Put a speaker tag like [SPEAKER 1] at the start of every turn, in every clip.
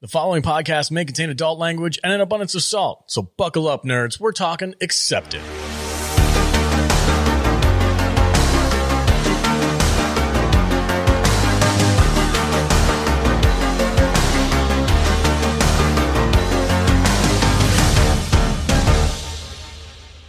[SPEAKER 1] The following podcast may contain adult language and an abundance of salt, so buckle up, nerds. We're talking accepted.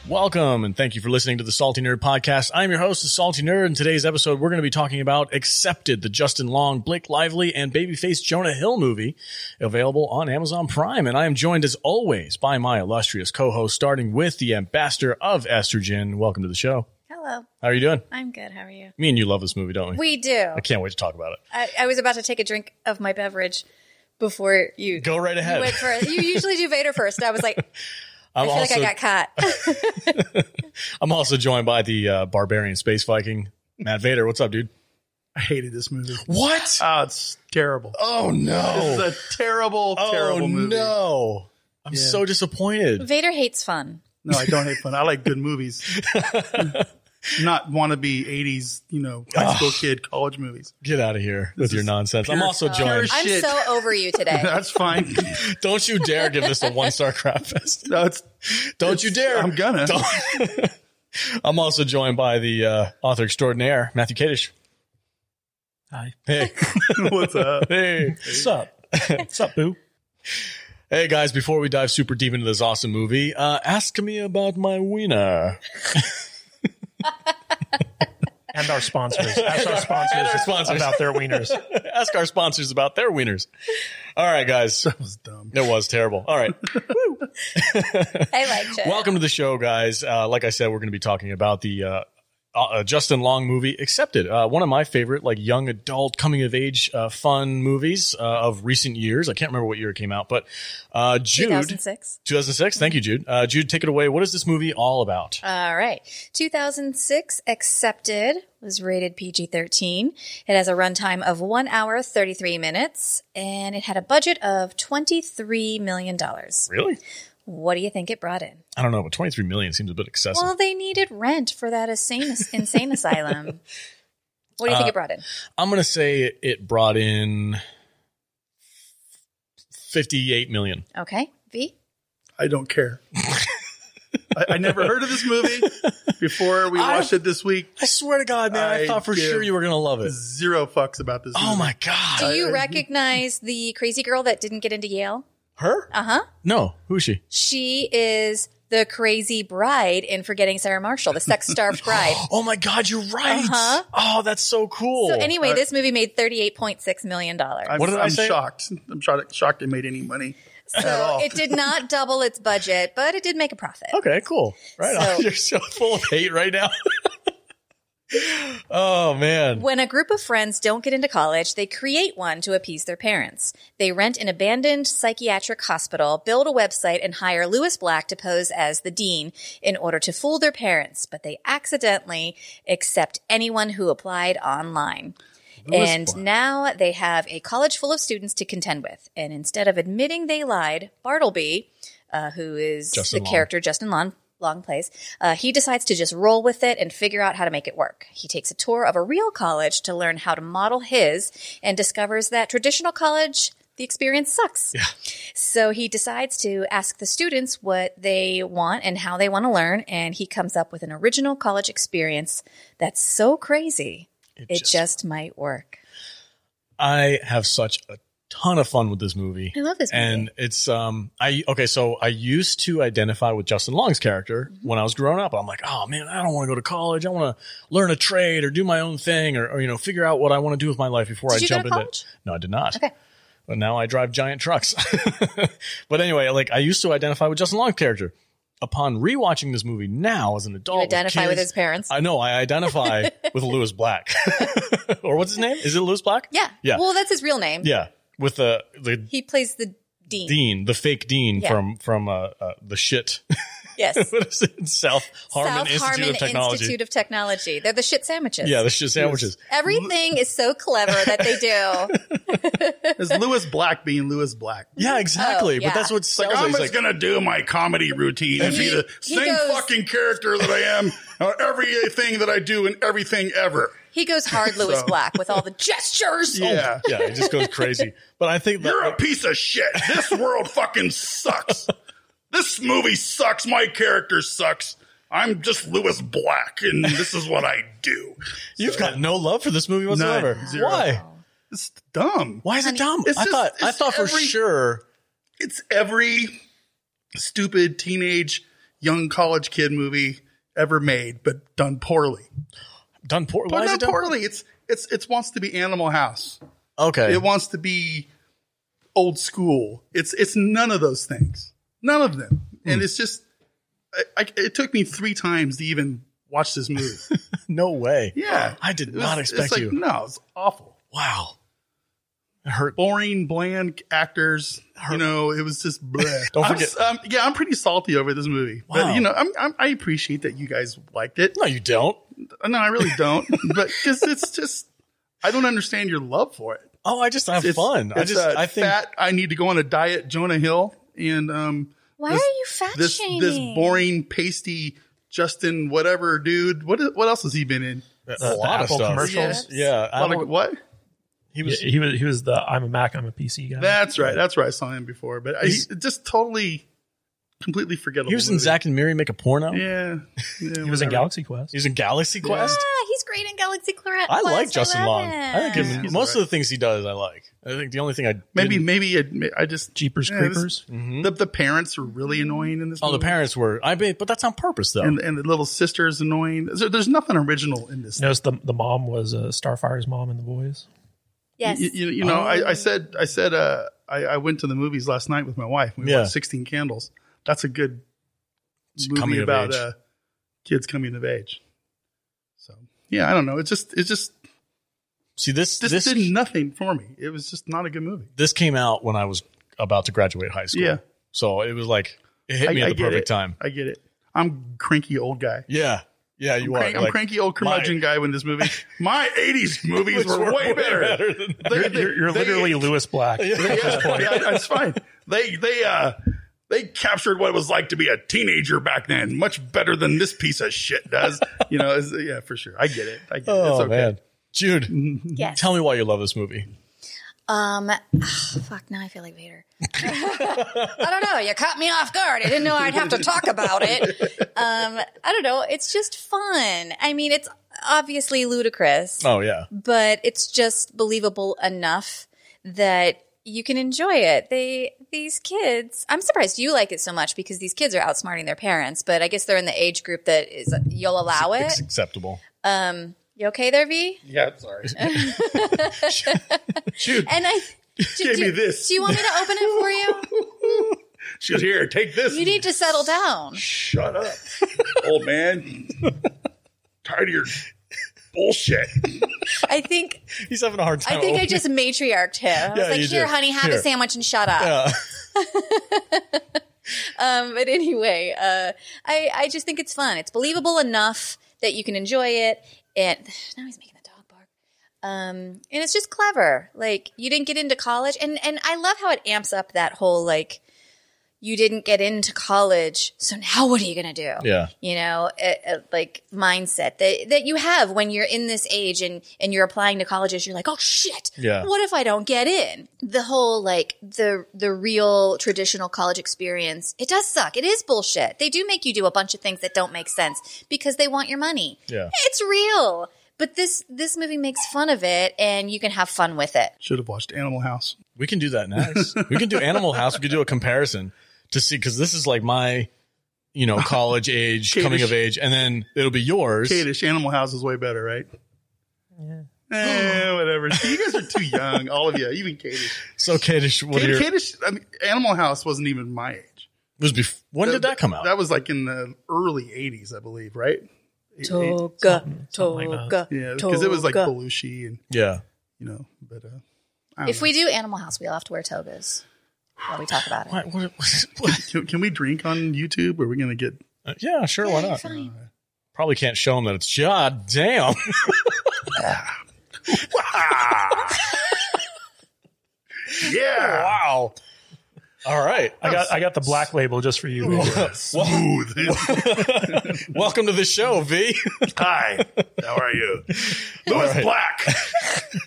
[SPEAKER 1] Welcome and thank you for listening to the Salty Nerd Podcast. I'm your host, the Salty Nerd. In today's episode, we're going to be talking about Accepted, the Justin Long, Blake Lively, and Babyface Jonah Hill movie available on Amazon Prime. And I am joined as always by my illustrious co-host, starting with the ambassador of estrogen. Welcome to the show.
[SPEAKER 2] Hello.
[SPEAKER 1] How are you doing?
[SPEAKER 2] I'm good. How are you?
[SPEAKER 1] Me and you love this movie, don't we?
[SPEAKER 2] We do.
[SPEAKER 1] I can't wait to talk about it.
[SPEAKER 2] I, I was about to take a drink of my beverage before you
[SPEAKER 1] Go right
[SPEAKER 2] you
[SPEAKER 1] ahead.
[SPEAKER 2] went first. You usually do Vader first. I was like,
[SPEAKER 1] I'm
[SPEAKER 2] I feel
[SPEAKER 1] also,
[SPEAKER 2] like I got caught.
[SPEAKER 1] I'm also joined by the uh, barbarian space Viking, Matt Vader. What's up, dude?
[SPEAKER 3] I hated this movie.
[SPEAKER 1] What?
[SPEAKER 3] Oh, it's terrible. Oh,
[SPEAKER 1] Oh no. Oh,
[SPEAKER 3] It's a terrible, terrible movie.
[SPEAKER 1] no. I'm
[SPEAKER 3] Yeah.
[SPEAKER 1] so disappointed.
[SPEAKER 2] Vader hates fun.
[SPEAKER 3] No, I don't hate fun. I like good movies. Not wannabe 80s, you know, high school kid, college movies.
[SPEAKER 1] Get out of here with your nonsense. I'm
[SPEAKER 3] pure-
[SPEAKER 1] also
[SPEAKER 3] pure
[SPEAKER 1] joined.
[SPEAKER 3] sh-
[SPEAKER 2] I'm
[SPEAKER 3] Shit.
[SPEAKER 2] so over you today.
[SPEAKER 3] That's fine.
[SPEAKER 1] Don't you dare give this a one star crap fest.
[SPEAKER 3] No, it's,
[SPEAKER 1] Don't you dare.
[SPEAKER 3] I'm gonna.
[SPEAKER 1] Don't- I'm also joined by the uh, author extraordinaire, Matthew Kadish.
[SPEAKER 3] Hi.
[SPEAKER 1] Hey.
[SPEAKER 3] What's up?
[SPEAKER 1] Hey. What's up? What's up, boo? Hey guys, before we dive super deep into this awesome movie, uh, ask me about my wiener.
[SPEAKER 4] and our sponsors. Ask our sponsors,
[SPEAKER 1] our sponsors.
[SPEAKER 4] about their wieners.
[SPEAKER 1] ask our sponsors about their wieners. All right, guys.
[SPEAKER 3] That was dumb.
[SPEAKER 1] It was terrible. All right.
[SPEAKER 2] I liked it.
[SPEAKER 1] Welcome to the show, guys. Uh, like I said, we're going to be talking about the uh, uh, Justin Long movie, Accepted. Uh, one of my favorite, like young adult coming of age uh, fun movies uh, of recent years. I can't remember what year it came out, but uh, Jude.
[SPEAKER 2] 2006.
[SPEAKER 1] 2006. Thank you, Jude. Uh, Jude, take it away. What is this movie all about?
[SPEAKER 2] All right. 2006 accepted was rated PG 13. It has a runtime of one hour, 33 minutes, and it had a budget of $23 million.
[SPEAKER 1] Really?
[SPEAKER 2] What do you think it brought in?
[SPEAKER 1] I don't know, but 23 million seems a bit excessive.
[SPEAKER 2] Well, they needed rent for that insane, insane asylum.
[SPEAKER 1] Uh,
[SPEAKER 2] What do you think it brought in?
[SPEAKER 1] I'm going to say it brought in 58 million.
[SPEAKER 2] Okay, V.
[SPEAKER 3] I don't care. I, I never heard of this movie before we
[SPEAKER 1] I-
[SPEAKER 3] watched it this week.
[SPEAKER 1] I swear to God, man, I,
[SPEAKER 3] I
[SPEAKER 1] thought for
[SPEAKER 3] give-
[SPEAKER 1] sure you were going to love it.
[SPEAKER 3] Zero fucks about this
[SPEAKER 1] Oh
[SPEAKER 3] movie.
[SPEAKER 1] my God.
[SPEAKER 2] Do you
[SPEAKER 3] I-
[SPEAKER 2] recognize the crazy girl that didn't get into Yale?
[SPEAKER 1] Her?
[SPEAKER 2] Uh huh.
[SPEAKER 1] No. Who is she?
[SPEAKER 2] She is the crazy bride in Forgetting Sarah Marshall, the sex starved bride.
[SPEAKER 1] Oh my God, you're right.
[SPEAKER 2] Uh-huh.
[SPEAKER 1] Oh, that's so cool.
[SPEAKER 2] So anyway, this movie made thirty-eight point six million dollars.
[SPEAKER 3] I'm,
[SPEAKER 1] What did I
[SPEAKER 3] I'm
[SPEAKER 1] say?
[SPEAKER 3] shocked. I'm shocked, shocked it made any money. at
[SPEAKER 2] So
[SPEAKER 3] all.
[SPEAKER 2] it did not double its budget, but it did make a profit.
[SPEAKER 1] okay, cool. Right on.
[SPEAKER 2] So-
[SPEAKER 1] You're so full of hate right now. oh man.
[SPEAKER 2] When a group of friends don't get into college, they create one to appease their parents. They rent an abandoned psychiatric hospital, build a website, and hire Lewis Black to pose as the dean in order to fool their parents, but they accidentally accept anyone who applied online.
[SPEAKER 3] Lewis
[SPEAKER 2] and
[SPEAKER 3] Black.
[SPEAKER 2] now they have a college full of students to contend with. And instead of admitting they lied, Bartleby, uh, who is
[SPEAKER 1] Justin
[SPEAKER 2] the
[SPEAKER 1] Long.
[SPEAKER 2] character character Justin Long Long plays, uh, he decides to just roll with it and figure out how to make it work. He takes a tour of a real college to learn how to model his, and discovers that traditional college. The experience sucks. So he decides to ask the students what they want and how they want to learn. And he comes up with an original college experience that's so crazy, it,
[SPEAKER 1] just-
[SPEAKER 2] just, might work.
[SPEAKER 1] I have such a ton of fun with this movie.
[SPEAKER 2] I love this movie.
[SPEAKER 1] And it's um I okay, so I used to identify with Justin Long's character
[SPEAKER 2] Mm-hmm.
[SPEAKER 1] when I was growing up. I'm like, oh man, I don't want to go to college. I want to learn a trade or do my own thing or, or you know, figure out what I want to do with my life before
[SPEAKER 2] Did
[SPEAKER 1] I
[SPEAKER 2] you go
[SPEAKER 1] jump
[SPEAKER 2] to
[SPEAKER 1] into
[SPEAKER 2] college?
[SPEAKER 1] No, I did not.
[SPEAKER 2] Okay.
[SPEAKER 1] But now I drive giant trucks. but anyway, like I used to identify with Justin Long's character. Upon rewatching this movie now as an adult,
[SPEAKER 2] You
[SPEAKER 1] with
[SPEAKER 2] identify with
[SPEAKER 1] kids-
[SPEAKER 2] his parents.
[SPEAKER 1] I know I identify with Lewis Black, or what's his name? Is it Lewis Black?
[SPEAKER 2] yeah.
[SPEAKER 1] Yeah.
[SPEAKER 2] Well, that's his real name.
[SPEAKER 1] Yeah, with the the
[SPEAKER 2] He plays the dean.
[SPEAKER 1] dean, the fake dean
[SPEAKER 2] Yeah.
[SPEAKER 1] from from uh, uh, the shit.
[SPEAKER 2] Yes.
[SPEAKER 1] what is it? South Harmon
[SPEAKER 2] South
[SPEAKER 1] Institute
[SPEAKER 2] Harmon
[SPEAKER 1] of Technology.
[SPEAKER 2] Institute of Technology. They're the shit sandwiches.
[SPEAKER 1] yeah, the shit sandwiches.
[SPEAKER 2] Everything is so clever that they do.
[SPEAKER 3] It's Lewis Black being Lewis Black.
[SPEAKER 1] Yeah, exactly.
[SPEAKER 2] Oh, yeah.
[SPEAKER 1] But that's what
[SPEAKER 3] Like,
[SPEAKER 1] sells. it.
[SPEAKER 3] I'm
[SPEAKER 1] He's like,
[SPEAKER 3] just gonna do my comedy routine and be the
[SPEAKER 2] he
[SPEAKER 3] same
[SPEAKER 2] goes-
[SPEAKER 3] fucking character that I am on everything that I do and everything ever.
[SPEAKER 2] He goes hard Lewis
[SPEAKER 3] So-
[SPEAKER 2] Black with all the gestures.
[SPEAKER 3] Yeah.
[SPEAKER 1] oh, yeah, it just goes crazy. But I think that,
[SPEAKER 5] You're a piece of shit. This world fucking sucks. This movie sucks. My character sucks. I'm just Lewis Black, and this is what I do.
[SPEAKER 1] you've got no love for this movie whatsoever.
[SPEAKER 3] zero.
[SPEAKER 1] Why?
[SPEAKER 3] It's dumb.
[SPEAKER 1] Why is it dumb?
[SPEAKER 3] it's
[SPEAKER 1] I
[SPEAKER 3] just-
[SPEAKER 1] thought I
[SPEAKER 3] it's
[SPEAKER 1] thought for
[SPEAKER 3] every-
[SPEAKER 1] sure.
[SPEAKER 3] It's every stupid teenage young college kid movie ever made, but done poorly.
[SPEAKER 1] Done poor. Why
[SPEAKER 3] But
[SPEAKER 1] is it
[SPEAKER 3] not
[SPEAKER 1] done?
[SPEAKER 3] poorly. It's it's it wants to be Animal House.
[SPEAKER 1] Okay.
[SPEAKER 3] It wants to be old school. It's it's none of those things. None of them.
[SPEAKER 1] Hmm.
[SPEAKER 3] And it's just, I, I, it took me three times to even watch this movie.
[SPEAKER 1] no way.
[SPEAKER 3] Yeah,
[SPEAKER 1] I did
[SPEAKER 3] It was-
[SPEAKER 1] not
[SPEAKER 3] it's
[SPEAKER 1] expect
[SPEAKER 3] like,
[SPEAKER 1] you.
[SPEAKER 3] No, it's awful.
[SPEAKER 1] Wow. It hurt.
[SPEAKER 3] Boring, bland actors. You know, it was just. Bleh.
[SPEAKER 1] Don't
[SPEAKER 3] I'm
[SPEAKER 1] forget-
[SPEAKER 3] s- um, yeah, I'm pretty salty over this movie,
[SPEAKER 1] Wow.
[SPEAKER 3] but you know, I'm, I'm, I appreciate that you guys liked it.
[SPEAKER 1] No,
[SPEAKER 3] Uh,
[SPEAKER 1] you don't.
[SPEAKER 3] No, I really don't, but because it's just, I don't understand your love for it.
[SPEAKER 1] Oh, I just have
[SPEAKER 3] It's
[SPEAKER 1] fun. I
[SPEAKER 3] it's
[SPEAKER 1] just
[SPEAKER 3] a
[SPEAKER 1] I think
[SPEAKER 3] fat. I need to go on a diet, Jonah Hill, and um,
[SPEAKER 2] Why
[SPEAKER 3] This-
[SPEAKER 2] are you fat
[SPEAKER 3] this
[SPEAKER 2] shaming?
[SPEAKER 3] this boring, pasty Justin whatever dude. What is- what else has he been in?
[SPEAKER 1] a lot of
[SPEAKER 4] Apple
[SPEAKER 1] stuff.
[SPEAKER 4] commercials.
[SPEAKER 1] Yeah,
[SPEAKER 3] A
[SPEAKER 1] I
[SPEAKER 3] lot of-
[SPEAKER 1] don't-
[SPEAKER 3] what?
[SPEAKER 1] he
[SPEAKER 4] Yeah,
[SPEAKER 1] was.
[SPEAKER 4] he was he was the I'm a Mac, I'm a PC guy.
[SPEAKER 3] That's right. That's where I saw him before, but I, just totally, completely forgettable.
[SPEAKER 1] He was in
[SPEAKER 3] movie.
[SPEAKER 1] Zack and Miri make a porno.
[SPEAKER 3] Yeah, yeah
[SPEAKER 4] he was in Galaxy Quest.
[SPEAKER 1] He was in Galaxy Quest.
[SPEAKER 2] Yeah, Ah, he's great in Galaxy Claret.
[SPEAKER 1] I like Justin Long. I think him,
[SPEAKER 3] He's
[SPEAKER 1] most
[SPEAKER 3] alright.
[SPEAKER 1] of the things he does, I like. I think the only thing I
[SPEAKER 3] Maybe,
[SPEAKER 1] didn't-
[SPEAKER 3] maybe it, I just
[SPEAKER 4] Jeepers
[SPEAKER 3] Yeah, this- Mm-hmm.
[SPEAKER 4] Creepers.
[SPEAKER 3] the, the parents are really annoying in this.
[SPEAKER 1] oh the
[SPEAKER 3] movie.
[SPEAKER 1] parents were I mean, but that's on purpose though.
[SPEAKER 3] and, and the little sister is annoying. There- There's nothing original in this.
[SPEAKER 4] Notice the the mom was uh, Starfire's mom in the boys.
[SPEAKER 2] Yes.
[SPEAKER 3] You, you, you know, I, I said, I said, uh, I, I went to the movies last night with my wife. We
[SPEAKER 1] Yeah.
[SPEAKER 3] watched Sixteen Candles. That's a good movie
[SPEAKER 1] coming of
[SPEAKER 3] about
[SPEAKER 1] age.
[SPEAKER 3] uh, kids coming of age. So yeah, I don't know. It just, it just,
[SPEAKER 1] See this
[SPEAKER 3] this,
[SPEAKER 1] this
[SPEAKER 3] did
[SPEAKER 1] this,
[SPEAKER 3] nothing for me. It was just not a good movie.
[SPEAKER 1] came out when I was about to graduate high school.
[SPEAKER 3] Yeah.
[SPEAKER 1] So it was like it hit
[SPEAKER 3] I-
[SPEAKER 1] me
[SPEAKER 3] I
[SPEAKER 1] at the
[SPEAKER 3] get
[SPEAKER 1] perfect
[SPEAKER 3] it.
[SPEAKER 1] time.
[SPEAKER 3] I get it. I'm cranky old guy.
[SPEAKER 1] Yeah. Yeah, you are.
[SPEAKER 3] Crank, I'm
[SPEAKER 1] like,
[SPEAKER 3] cranky old curmudgeon
[SPEAKER 1] my-
[SPEAKER 3] guy when this movie. My 80s movies
[SPEAKER 1] which
[SPEAKER 3] were, way, better.
[SPEAKER 1] than that.
[SPEAKER 3] They-
[SPEAKER 4] You're,
[SPEAKER 3] they-
[SPEAKER 4] you're, you're
[SPEAKER 3] they-
[SPEAKER 4] literally Lewis Black.
[SPEAKER 3] Yeah,
[SPEAKER 5] Yeah, that's fine. They they uh they captured what it was like to be a teenager back then, much better than this piece of shit does.
[SPEAKER 3] you know, it's, yeah, for sure. I get it. I get it.
[SPEAKER 1] Oh
[SPEAKER 3] It's okay. Mm-hmm.
[SPEAKER 1] man. Jude,
[SPEAKER 2] yes.
[SPEAKER 1] tell me why you love this movie.
[SPEAKER 2] Um, fuck, now I feel like Vader. I don't know. You caught me off guard. I didn't know I'd have to talk about it. Um, I don't know. It's just fun. I mean, it's obviously ludicrous,
[SPEAKER 1] Oh yeah.
[SPEAKER 2] but it's just believable enough that you can enjoy it. They, these kids, I'm surprised you like it so much because these kids are outsmarting their parents, but I guess they're in the age group that is, you'll allow it.
[SPEAKER 1] It's acceptable.
[SPEAKER 2] Um, you okay there, V?
[SPEAKER 3] Yeah, sorry.
[SPEAKER 5] Shoot,
[SPEAKER 2] And I, do,
[SPEAKER 5] Give
[SPEAKER 2] do-
[SPEAKER 5] me this.
[SPEAKER 2] Do you want me to open it for you?
[SPEAKER 5] she goes, here, take this.
[SPEAKER 2] You need to settle down.
[SPEAKER 5] Shut up, old man. Tired of your bullshit.
[SPEAKER 2] I think
[SPEAKER 1] He's having a hard time. Oh,
[SPEAKER 2] I think I
[SPEAKER 1] opening-
[SPEAKER 2] just matriarched him. I was
[SPEAKER 1] Yeah,
[SPEAKER 2] like,
[SPEAKER 1] you
[SPEAKER 2] "Here,
[SPEAKER 1] did.
[SPEAKER 2] honey, have
[SPEAKER 1] Here."
[SPEAKER 2] a sandwich and shut up."
[SPEAKER 1] Yeah.
[SPEAKER 2] Um, but anyway, uh, I I just think it's fun. It's believable enough that you can enjoy it. And now he's making the dog bark. Um, and it's just clever. Like you didn't get into college, and and I love how it amps up that whole like. You didn't get into college, so now what are you gonna do?
[SPEAKER 1] Yeah.
[SPEAKER 2] you know, uh uh like mindset that that you have when you're in this age and and you're applying to colleges. You're like, oh shit,
[SPEAKER 1] Yeah.
[SPEAKER 2] What if I don't get in? The whole like the the real traditional college experience. It does suck. It is bullshit. They do make you do a bunch of things that don't make sense because they want your money.
[SPEAKER 1] Yeah.
[SPEAKER 2] it's real. But this this movie makes fun of it, and you can have fun with it.
[SPEAKER 3] Should have watched Animal House.
[SPEAKER 1] We can do that next. we can do Animal House. We could do a comparison to see because this is like my, you know, college age,
[SPEAKER 3] Kate
[SPEAKER 1] coming
[SPEAKER 3] is-
[SPEAKER 1] of age, and then it'll be yours.
[SPEAKER 3] Kadish, Animal House is way better, right? Eh, whatever. See, you guys are too young, all of you, even Kadish.
[SPEAKER 1] So Kadish, what are your,
[SPEAKER 3] Kadish, Kadish I mean, Animal House wasn't even my age.
[SPEAKER 1] was bef- when did that come out?
[SPEAKER 3] That was like in the early 80s, I believe, right? Eight- eight-
[SPEAKER 2] Toga,
[SPEAKER 4] something like
[SPEAKER 2] toga,
[SPEAKER 3] Yeah, because it was like Belushi and,
[SPEAKER 1] yeah.
[SPEAKER 3] you know, but uh, I don't
[SPEAKER 2] If we do Animal House, we'll have to wear togas while we talk about it.
[SPEAKER 1] What, what, what-
[SPEAKER 3] Can, can we drink on YouTube? Or are we going to get.
[SPEAKER 1] uh, yeah, sure. Why not?
[SPEAKER 2] Fine.
[SPEAKER 1] Probably can't show them that it's God damn.
[SPEAKER 5] Yeah.
[SPEAKER 1] wow. All right.
[SPEAKER 4] I got I got the black label just for you. baby.
[SPEAKER 5] Smooth.
[SPEAKER 1] Welcome to the show, V.
[SPEAKER 5] Hi, how are you? Lewis Black.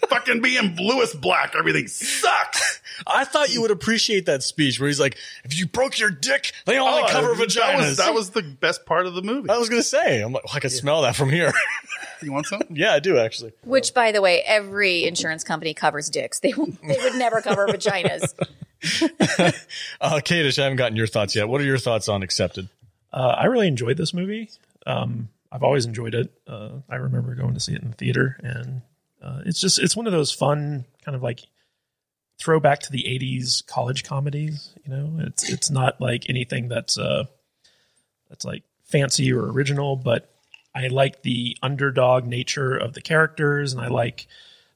[SPEAKER 5] Fucking being Lewis Black. Everything sucks.
[SPEAKER 1] I thought you would appreciate that speech where he's like, if you broke your dick, they only
[SPEAKER 5] Oh,
[SPEAKER 1] cover
[SPEAKER 5] that
[SPEAKER 1] vaginas. Oh.
[SPEAKER 5] was-
[SPEAKER 3] That was the best part of the movie.
[SPEAKER 1] I was going to say, I'm like, well, I could smell that from here.
[SPEAKER 3] You want some?
[SPEAKER 1] yeah, I do actually.
[SPEAKER 2] Which, by the way, every insurance company covers dicks. They won't- they would never cover vaginas.
[SPEAKER 1] Uh, Kadish, I haven't gotten your thoughts yet. What are your thoughts on Accepted?
[SPEAKER 4] Uh, I really enjoyed this movie. Um, I've always enjoyed it. Uh, I remember going to see it in the theater, and uh, it's just it's one of those fun kind of like throwback to the '80s college comedies. You know, it's it's not like anything that's uh, that's like fancy or original, but I like the underdog nature of the characters, and I like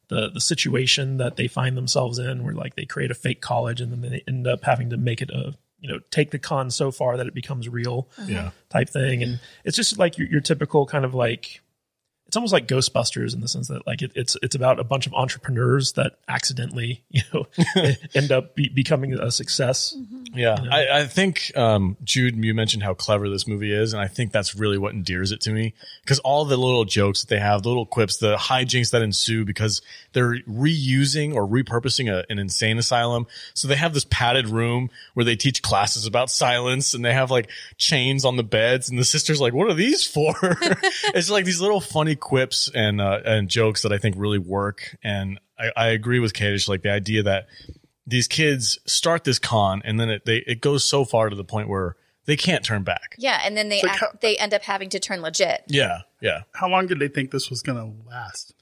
[SPEAKER 4] the the situation that they find themselves in, where like they create a fake college, and then they end up having to make it a you know take the con so far that it becomes real
[SPEAKER 1] Yeah.
[SPEAKER 4] type thing. And it's just like your, your typical kind of like it's almost like Ghostbusters in the sense that like it, it's it's about a bunch of entrepreneurs that accidentally you know end up be, becoming a success.
[SPEAKER 1] Yeah, I, I think um, Jude, you mentioned how clever this movie is, and I think that's really what endears it to me because all the little jokes that they have, the little quips, the hijinks that ensue because they're reusing or repurposing a, an insane asylum. So they have this padded room where they teach classes about silence, and they have like chains on the beds, and the sister's like, "What are these for?" it's like these little funny quips and uh, and jokes that I think really work, and I, I agree with Kadish, like the idea that these kids start this con and then it they it goes so far to the point where they can't turn back.
[SPEAKER 2] Yeah, and then they
[SPEAKER 3] like
[SPEAKER 2] act,
[SPEAKER 3] how-
[SPEAKER 2] they end up having to turn legit.
[SPEAKER 1] Yeah, yeah.
[SPEAKER 3] How long did they think this was going to last?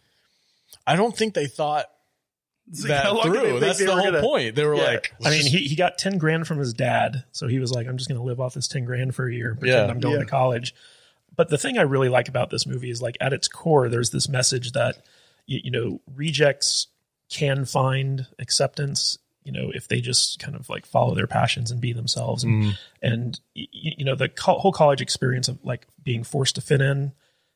[SPEAKER 1] I don't think they thought
[SPEAKER 3] It's like,
[SPEAKER 1] that
[SPEAKER 3] how long did they
[SPEAKER 1] through.
[SPEAKER 3] think
[SPEAKER 1] That's
[SPEAKER 3] they
[SPEAKER 1] the
[SPEAKER 3] were
[SPEAKER 1] whole
[SPEAKER 3] gonna-
[SPEAKER 1] point. They were
[SPEAKER 3] Yeah.
[SPEAKER 1] like,
[SPEAKER 4] I mean, he, he got ten grand from his dad, so he was like, "I'm just going to live off this ten grand for a year, pretend
[SPEAKER 1] Yeah.
[SPEAKER 4] I'm going
[SPEAKER 3] Yeah.
[SPEAKER 4] to college." But the thing I really like about this movie is like at its core, there's this message that you, you know rejects can find acceptance, you know, if they just kind of like follow their passions and be themselves, and and y- y- you know the co- whole college experience of like being forced to fit in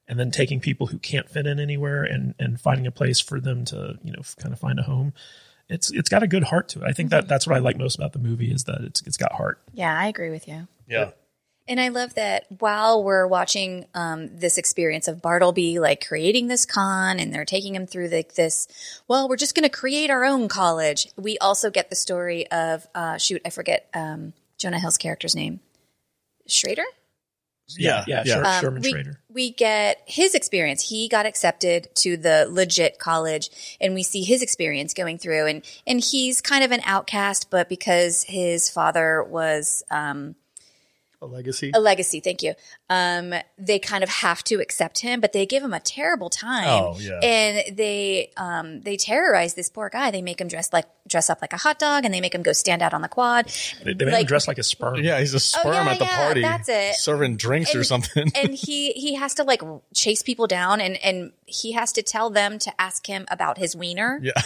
[SPEAKER 4] and then taking people who can't fit in anywhere and and finding a place for them to you know f- kind of find a home it's it's got a good heart to it i think
[SPEAKER 2] Mm-hmm.
[SPEAKER 4] that that's what i like most about the movie is that it's it's got heart
[SPEAKER 2] Yeah, I agree with you.
[SPEAKER 1] yeah.
[SPEAKER 2] And I love that while we're watching um, this experience of Bartleby like creating this con and they're taking him through like this, well, we're just going to create our own college. We also get the story of, uh, shoot, I forget um, Jonah Hill's character's name, Schrader?
[SPEAKER 1] Yeah,
[SPEAKER 4] yeah,
[SPEAKER 1] Uh, yeah.
[SPEAKER 4] Sher-
[SPEAKER 2] Um,
[SPEAKER 4] sherman
[SPEAKER 2] we,
[SPEAKER 4] schrader
[SPEAKER 2] we get his experience. He got accepted to the legit college, and we see his experience going through. and And he's kind of an outcast, but because his father was um,
[SPEAKER 3] A legacy.
[SPEAKER 2] a legacy, thank you, um, they kind of have to accept him. But they give him a terrible time,
[SPEAKER 1] Oh, yeah.
[SPEAKER 2] and they um, they terrorize this poor guy. They make him dress like dress up like a hot dog, and they make him go stand out on the quad.
[SPEAKER 4] they, they made him
[SPEAKER 2] like-
[SPEAKER 4] dress like a sperm
[SPEAKER 1] Yeah, he's a sperm
[SPEAKER 2] Oh, yeah,
[SPEAKER 1] at the
[SPEAKER 2] yeah,
[SPEAKER 1] party.
[SPEAKER 2] that's it.
[SPEAKER 1] Serving drinks or
[SPEAKER 2] And-
[SPEAKER 1] something.
[SPEAKER 2] and he he has to like chase people down and and he has to tell them to ask him about his wiener
[SPEAKER 1] yeah.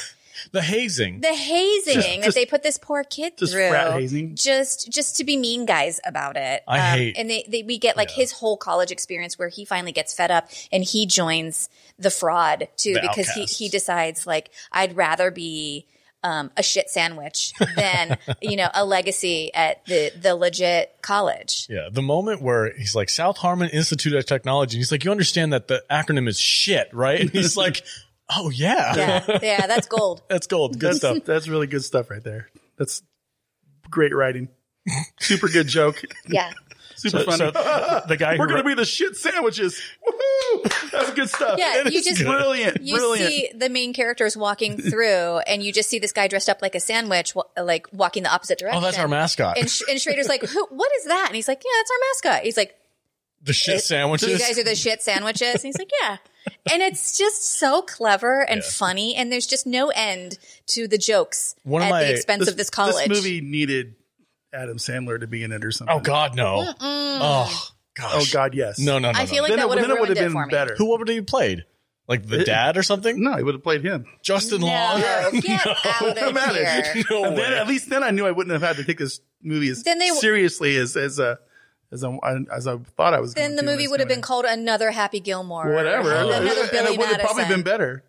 [SPEAKER 1] The hazing.
[SPEAKER 2] the hazing that
[SPEAKER 3] just-
[SPEAKER 2] they put this poor kid
[SPEAKER 3] just
[SPEAKER 2] through
[SPEAKER 3] frat hazing.
[SPEAKER 2] just just to be mean guys about it
[SPEAKER 1] I
[SPEAKER 2] Um,
[SPEAKER 1] hate-
[SPEAKER 2] and they, they we get like his whole college experience where he finally gets fed up and he joins the fraud too
[SPEAKER 1] The
[SPEAKER 2] because
[SPEAKER 1] outcasts.
[SPEAKER 2] he he decides like i'd rather be um, a shit sandwich than you know a legacy at the the legit college
[SPEAKER 1] Yeah, the moment where he's like South Harmon Institute of Technology, and he's like, "You understand that the acronym is shit, right?" And he's like, "Oh yeah,
[SPEAKER 2] yeah yeah that's gold
[SPEAKER 1] that's gold, good
[SPEAKER 3] That's
[SPEAKER 1] stuff."
[SPEAKER 3] That's really good stuff right there. That's great writing. Super good joke.
[SPEAKER 2] yeah
[SPEAKER 3] Super
[SPEAKER 4] so,
[SPEAKER 3] funny.
[SPEAKER 4] so the guy who
[SPEAKER 3] We're gonna
[SPEAKER 4] wrote-
[SPEAKER 3] be the shit sandwiches. Woohoo! That's good stuff.
[SPEAKER 2] Yeah,
[SPEAKER 3] It
[SPEAKER 2] you
[SPEAKER 3] is
[SPEAKER 2] just-
[SPEAKER 3] brilliant.
[SPEAKER 2] you
[SPEAKER 3] brilliant.
[SPEAKER 2] see the main characters walking through, and you just see this guy dressed up like a sandwich, wa- like walking the opposite direction.
[SPEAKER 1] Oh, that's our mascot,
[SPEAKER 2] And, Sh- and Schrader's like, Who, "What is that?" And he's like, "Yeah, it's our mascot." He's like,
[SPEAKER 1] the shit
[SPEAKER 2] "You
[SPEAKER 1] sandwiches.
[SPEAKER 2] guys are the shit sandwiches." And he's like, "Yeah." And it's just so clever and funny, and there's just no end to the jokes
[SPEAKER 1] One of
[SPEAKER 2] at
[SPEAKER 1] my-
[SPEAKER 2] the expense of this college.
[SPEAKER 3] movie needed Adam Sandler to be in it or something.
[SPEAKER 1] Oh God, no. Oh gosh.
[SPEAKER 3] Oh God, yes.
[SPEAKER 1] No, no, no.
[SPEAKER 2] I
[SPEAKER 1] no.
[SPEAKER 2] feel like
[SPEAKER 3] Then
[SPEAKER 2] that
[SPEAKER 3] it,
[SPEAKER 2] would have
[SPEAKER 3] then it would
[SPEAKER 2] ruined
[SPEAKER 3] have
[SPEAKER 2] it
[SPEAKER 3] been
[SPEAKER 2] for me.
[SPEAKER 3] better.
[SPEAKER 1] who? What would he played? Like the
[SPEAKER 3] It-
[SPEAKER 1] dad or something?
[SPEAKER 3] No, he would have played him.
[SPEAKER 1] Justin Long.
[SPEAKER 2] No, get out
[SPEAKER 3] I'm
[SPEAKER 2] of
[SPEAKER 3] at it.
[SPEAKER 2] here.
[SPEAKER 1] No
[SPEAKER 3] And then
[SPEAKER 1] way.
[SPEAKER 3] at least then I knew I wouldn't have had to take this movie as
[SPEAKER 2] Then they-
[SPEAKER 3] seriously as as a as I, I- as I thought I was.
[SPEAKER 2] Then
[SPEAKER 3] going
[SPEAKER 2] the
[SPEAKER 3] to when
[SPEAKER 2] movie
[SPEAKER 3] I
[SPEAKER 2] would have been
[SPEAKER 3] started.
[SPEAKER 2] called Another Happy Gilmore. or
[SPEAKER 3] whatever,
[SPEAKER 2] Another
[SPEAKER 3] and
[SPEAKER 2] Billy
[SPEAKER 3] it would
[SPEAKER 2] Madison.
[SPEAKER 3] have probably been better.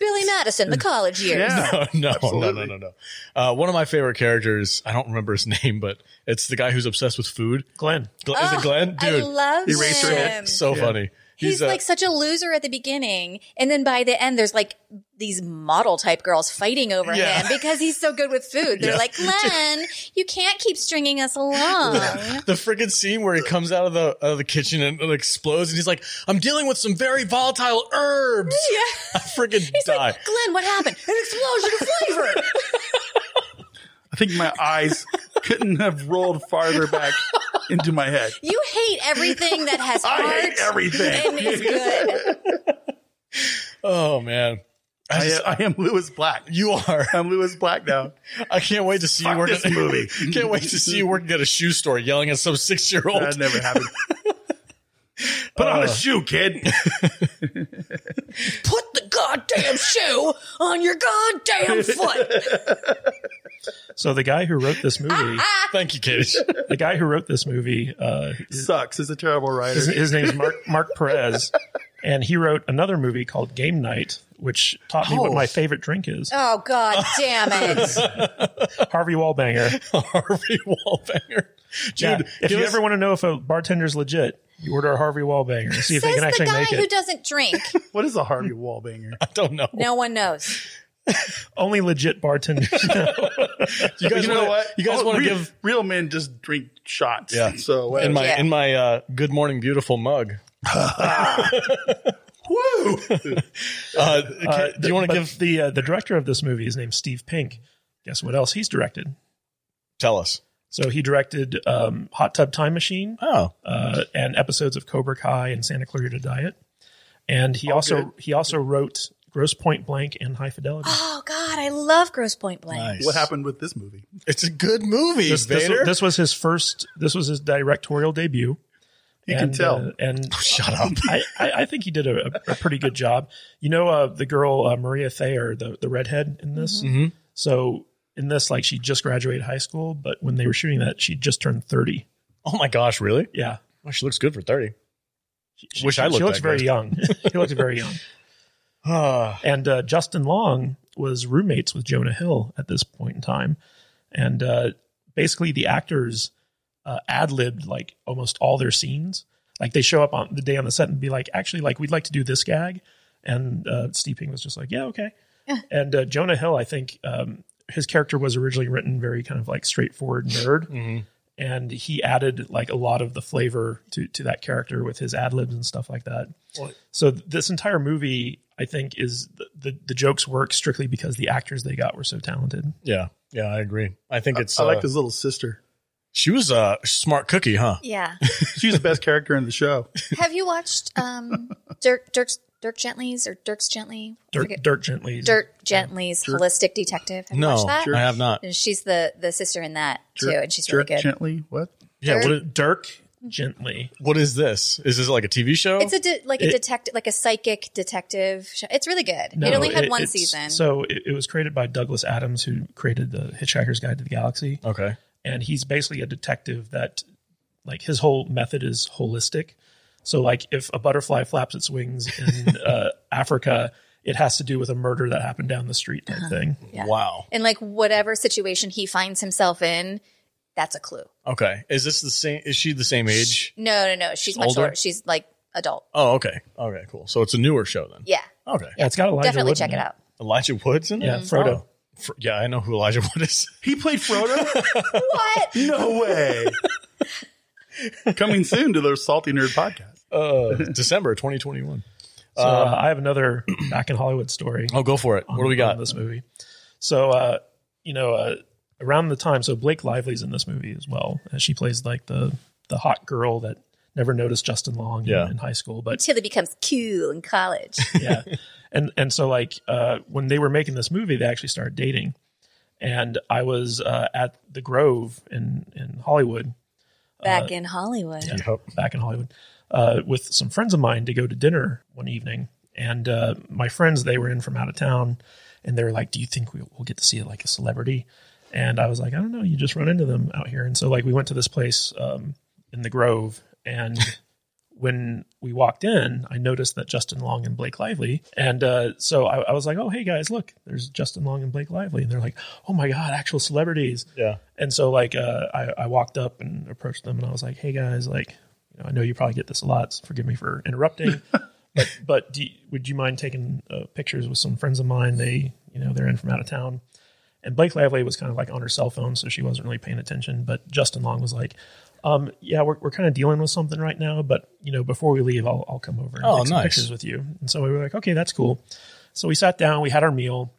[SPEAKER 2] Billy Madison, the college years.
[SPEAKER 3] Yeah.
[SPEAKER 1] no, no, no,
[SPEAKER 3] Absolutely.
[SPEAKER 1] no, no. Uh, one of my favorite characters, I don't remember his name, but it's the guy who's obsessed with food.
[SPEAKER 4] Glenn.
[SPEAKER 1] Gl- is it Glenn?
[SPEAKER 2] I
[SPEAKER 1] Dude,
[SPEAKER 2] love
[SPEAKER 3] Eraserhead.
[SPEAKER 2] him.
[SPEAKER 1] so funny.
[SPEAKER 2] He's,
[SPEAKER 1] uh,
[SPEAKER 2] like such a loser at the beginning, and then by the end, there's like these model type girls fighting over
[SPEAKER 1] Yeah.
[SPEAKER 2] him because he's so good with food. They're
[SPEAKER 1] Yeah.
[SPEAKER 2] like, Glenn, you can't keep stringing us along.
[SPEAKER 1] the freaking scene where he comes out of the out of the kitchen and it explodes, and he's like, "I'm dealing with some very volatile herbs." I freaking
[SPEAKER 2] He's
[SPEAKER 1] die.
[SPEAKER 2] like, Glenn, what happened? An explosion of flavor.
[SPEAKER 3] I think my eyes couldn't have rolled farther back into my head.
[SPEAKER 2] you hate everything that has
[SPEAKER 5] I
[SPEAKER 2] heart
[SPEAKER 5] hate everything.
[SPEAKER 2] and is good.
[SPEAKER 1] oh man, I
[SPEAKER 3] I,
[SPEAKER 1] just-
[SPEAKER 3] I am Lewis Black.
[SPEAKER 1] you are.
[SPEAKER 3] I'm Lewis Black now.
[SPEAKER 1] I can't wait to see you
[SPEAKER 5] Fuck
[SPEAKER 1] working
[SPEAKER 5] this movie.
[SPEAKER 1] Can't wait to see you working at a shoe store, yelling at some six year old.
[SPEAKER 3] That never happened.
[SPEAKER 5] Put
[SPEAKER 3] Oh.
[SPEAKER 5] on a shoe, kid.
[SPEAKER 2] Put the goddamn shoe on your goddamn foot.
[SPEAKER 4] So the guy who wrote this movie,
[SPEAKER 2] Ah,
[SPEAKER 1] Thank you, Katie.
[SPEAKER 4] the guy who wrote this movie, uh, his,
[SPEAKER 3] Sucks. Is a terrible writer.
[SPEAKER 4] his name is Mark Mark Perez, and he wrote another movie called Game Night, which taught
[SPEAKER 1] Oh.
[SPEAKER 4] me what my favorite drink is.
[SPEAKER 2] Oh god damn it.
[SPEAKER 4] Harvey Wallbanger.
[SPEAKER 1] Harvey Wallbanger. Dude,
[SPEAKER 4] Yeah. If
[SPEAKER 1] give
[SPEAKER 4] you
[SPEAKER 1] us-
[SPEAKER 4] ever want to know if a bartender's legit, you order a Harvey Wallbanger and see if they
[SPEAKER 2] Says
[SPEAKER 4] can
[SPEAKER 2] the
[SPEAKER 4] actually
[SPEAKER 2] guy
[SPEAKER 4] make
[SPEAKER 2] who
[SPEAKER 4] it.
[SPEAKER 2] doesn't drink.
[SPEAKER 3] What is a Harvey Wallbanger?
[SPEAKER 1] I don't know.
[SPEAKER 2] No one knows.
[SPEAKER 4] Only legit bartenders.
[SPEAKER 1] You guys
[SPEAKER 3] You know
[SPEAKER 1] wanna-
[SPEAKER 3] what?
[SPEAKER 1] You guys
[SPEAKER 3] Oh,
[SPEAKER 1] want to
[SPEAKER 3] real,
[SPEAKER 1] give
[SPEAKER 3] real men just drink shots.
[SPEAKER 1] Yeah.
[SPEAKER 3] So
[SPEAKER 1] in my
[SPEAKER 2] Yeah.
[SPEAKER 1] in my uh, Good Morning Beautiful mug.
[SPEAKER 3] woo.
[SPEAKER 1] Uh, can-
[SPEAKER 4] Uh,
[SPEAKER 1] do you want
[SPEAKER 4] but
[SPEAKER 1] to give?
[SPEAKER 4] the uh, the director of this movie is named Steve Pink. Guess what else he's directed?
[SPEAKER 1] Tell us.
[SPEAKER 4] So he directed um, Hot Tub Time Machine
[SPEAKER 1] Oh,
[SPEAKER 4] uh, and episodes of Cobra Kai and Santa Clarita Diet, and he also he also wrote Gross Point Blank and High Fidelity.
[SPEAKER 2] Oh god, I love Gross Point Blank.
[SPEAKER 1] nice.
[SPEAKER 3] What happened with this movie?
[SPEAKER 1] It's a good movie,
[SPEAKER 4] This, this,
[SPEAKER 1] Vader.
[SPEAKER 4] this was his first. This was his directorial debut.
[SPEAKER 3] You can tell.
[SPEAKER 4] uh, and
[SPEAKER 1] Shut up.
[SPEAKER 4] I, I, I think he did a, a pretty good job. You know, uh, the girl uh, Maria Thayer, the the redhead in this.
[SPEAKER 1] Mhm.
[SPEAKER 4] So in this, like, she just graduated high school, but when they were shooting that, she just turned thirty.
[SPEAKER 1] Oh my gosh, really?
[SPEAKER 4] Yeah,
[SPEAKER 1] Well, she looks good for thirty.
[SPEAKER 4] She- she,
[SPEAKER 1] Wish I looked
[SPEAKER 4] She looks
[SPEAKER 1] that
[SPEAKER 4] very
[SPEAKER 1] good.
[SPEAKER 4] young. she looks very young.
[SPEAKER 1] Ah,
[SPEAKER 4] And uh, Justin Long was roommates with Jonah Hill at this point in time, and uh, basically the actors uh, ad libbed like almost all their scenes. Like they show up on the day on the set and be like, actually, like we'd like to do this gag, and uh, Steve Ping was just like, yeah, okay. and uh, Jonah Hill, I think um, his character was originally written very kind of like straightforward nerd,
[SPEAKER 1] Mm-hmm.
[SPEAKER 4] and he added like a lot of the flavor to to that character with his ad libs and stuff like that. So th- this entire movie, I think, is the, the the jokes work strictly because the actors they got were so talented.
[SPEAKER 1] yeah, yeah, I agree. I think it's.
[SPEAKER 3] I
[SPEAKER 1] uh,
[SPEAKER 3] like his little sister.
[SPEAKER 1] She was a smart cookie, huh?
[SPEAKER 2] Yeah.
[SPEAKER 3] She's the best character in the show.
[SPEAKER 2] Have you watched um Dirk Dirk's Dirk Gently's or Dirk's Gently? I
[SPEAKER 4] Dirk,
[SPEAKER 2] forget.
[SPEAKER 4] Dirk Gently,
[SPEAKER 2] Dirk Gently's Holistic Detective. Have you
[SPEAKER 1] No,
[SPEAKER 2] watched that?
[SPEAKER 1] I have not.
[SPEAKER 2] And she's the the sister in that too, and she's
[SPEAKER 3] Jerk
[SPEAKER 2] really good.
[SPEAKER 3] gently. What?
[SPEAKER 1] Yeah. What is,
[SPEAKER 4] Dirk Gently.
[SPEAKER 1] what is this? Is this like a TV show?
[SPEAKER 2] It's a de- like a
[SPEAKER 4] It-
[SPEAKER 2] detective, like a psychic detective. show. It's really good. it only had one
[SPEAKER 4] it's-
[SPEAKER 2] season.
[SPEAKER 4] So it, it was created by Douglas Adams, who created the Hitchhiker's Guide to the Galaxy,
[SPEAKER 1] okay.
[SPEAKER 4] and he's basically a detective that, like, his whole method is holistic. So, like, if a butterfly flaps its wings in uh, Africa, it has to do with a murder that happened down the street type thing.
[SPEAKER 2] Uh-huh. Yeah.
[SPEAKER 1] Wow.
[SPEAKER 2] and like whatever situation he finds himself in, that's a clue.
[SPEAKER 1] Okay. Is this the same? Is she the same age?
[SPEAKER 2] No, no, no. She's, much
[SPEAKER 1] older?
[SPEAKER 2] older. She's like adult.
[SPEAKER 1] Oh, okay. Okay, cool. So it's a newer show then.
[SPEAKER 2] Yeah, Mm-hmm.
[SPEAKER 1] Okay.
[SPEAKER 4] Yeah, it's got Elijah
[SPEAKER 2] definitely
[SPEAKER 4] Wood in
[SPEAKER 2] check it out.
[SPEAKER 1] Elijah Woods in it?
[SPEAKER 4] Yeah, Frodo.
[SPEAKER 1] Oh. Fr- yeah, I know who Elijah Wood is.
[SPEAKER 3] He played Frodo.
[SPEAKER 2] What?
[SPEAKER 3] no way. Coming soon to the Salty Nerd podcast.
[SPEAKER 1] Uh, December 2021.
[SPEAKER 2] Oh.
[SPEAKER 4] So uh, I have another back in Hollywood story.
[SPEAKER 1] Oh, go for it. What do we
[SPEAKER 4] on
[SPEAKER 1] got?
[SPEAKER 4] this movie? So uh, you know, uh, around the time, so Blake Lively's in this movie as well. Uh, she plays like the the hot girl that never noticed Justin Long in-
[SPEAKER 1] Yeah.
[SPEAKER 4] in, high school, but
[SPEAKER 2] Until he becomes cool in college.
[SPEAKER 4] yeah. And and so like uh, when they were making this movie, they actually started dating, and I was uh, at the Grove in in Hollywood
[SPEAKER 2] Back in Hollywood.
[SPEAKER 1] Yep.
[SPEAKER 4] back in Hollywood uh, with some friends of mine to go to dinner one evening. And uh, my friends, they were in from out of town, and they were like, "Do you think we, we'll get to see like a celebrity?" And I was like, "I don't know. You just run into them out here." And so like we went to this place um, in in the Grove, and when we walked in, I noticed that Justin Long and Blake Lively, and uh, so I, I was like, "Oh, hey guys, look, there's Justin Long and Blake Lively," and they're like, "Oh my god, actual celebrities!"
[SPEAKER 1] Yeah.
[SPEAKER 4] And so like uh, I, I walked up and approached them and I was like, "Hey guys, like you know, I know you probably get this a lot. So forgive me for interrupting, but but do you, would you mind taking uh, pictures with some friends of mine? They you know they're in from out of town." And Blake Lively was kind of like on her cell phone, so she wasn't really paying attention. But Justin Long was like, um, "Yeah, we're, we're kind of dealing with something right now, but you know, before we leave, I'll, I'll come over and
[SPEAKER 1] Oh,
[SPEAKER 4] take some
[SPEAKER 1] nice.
[SPEAKER 4] pictures with you." And so we were like, "Okay, that's cool." So we sat down, we had our meal,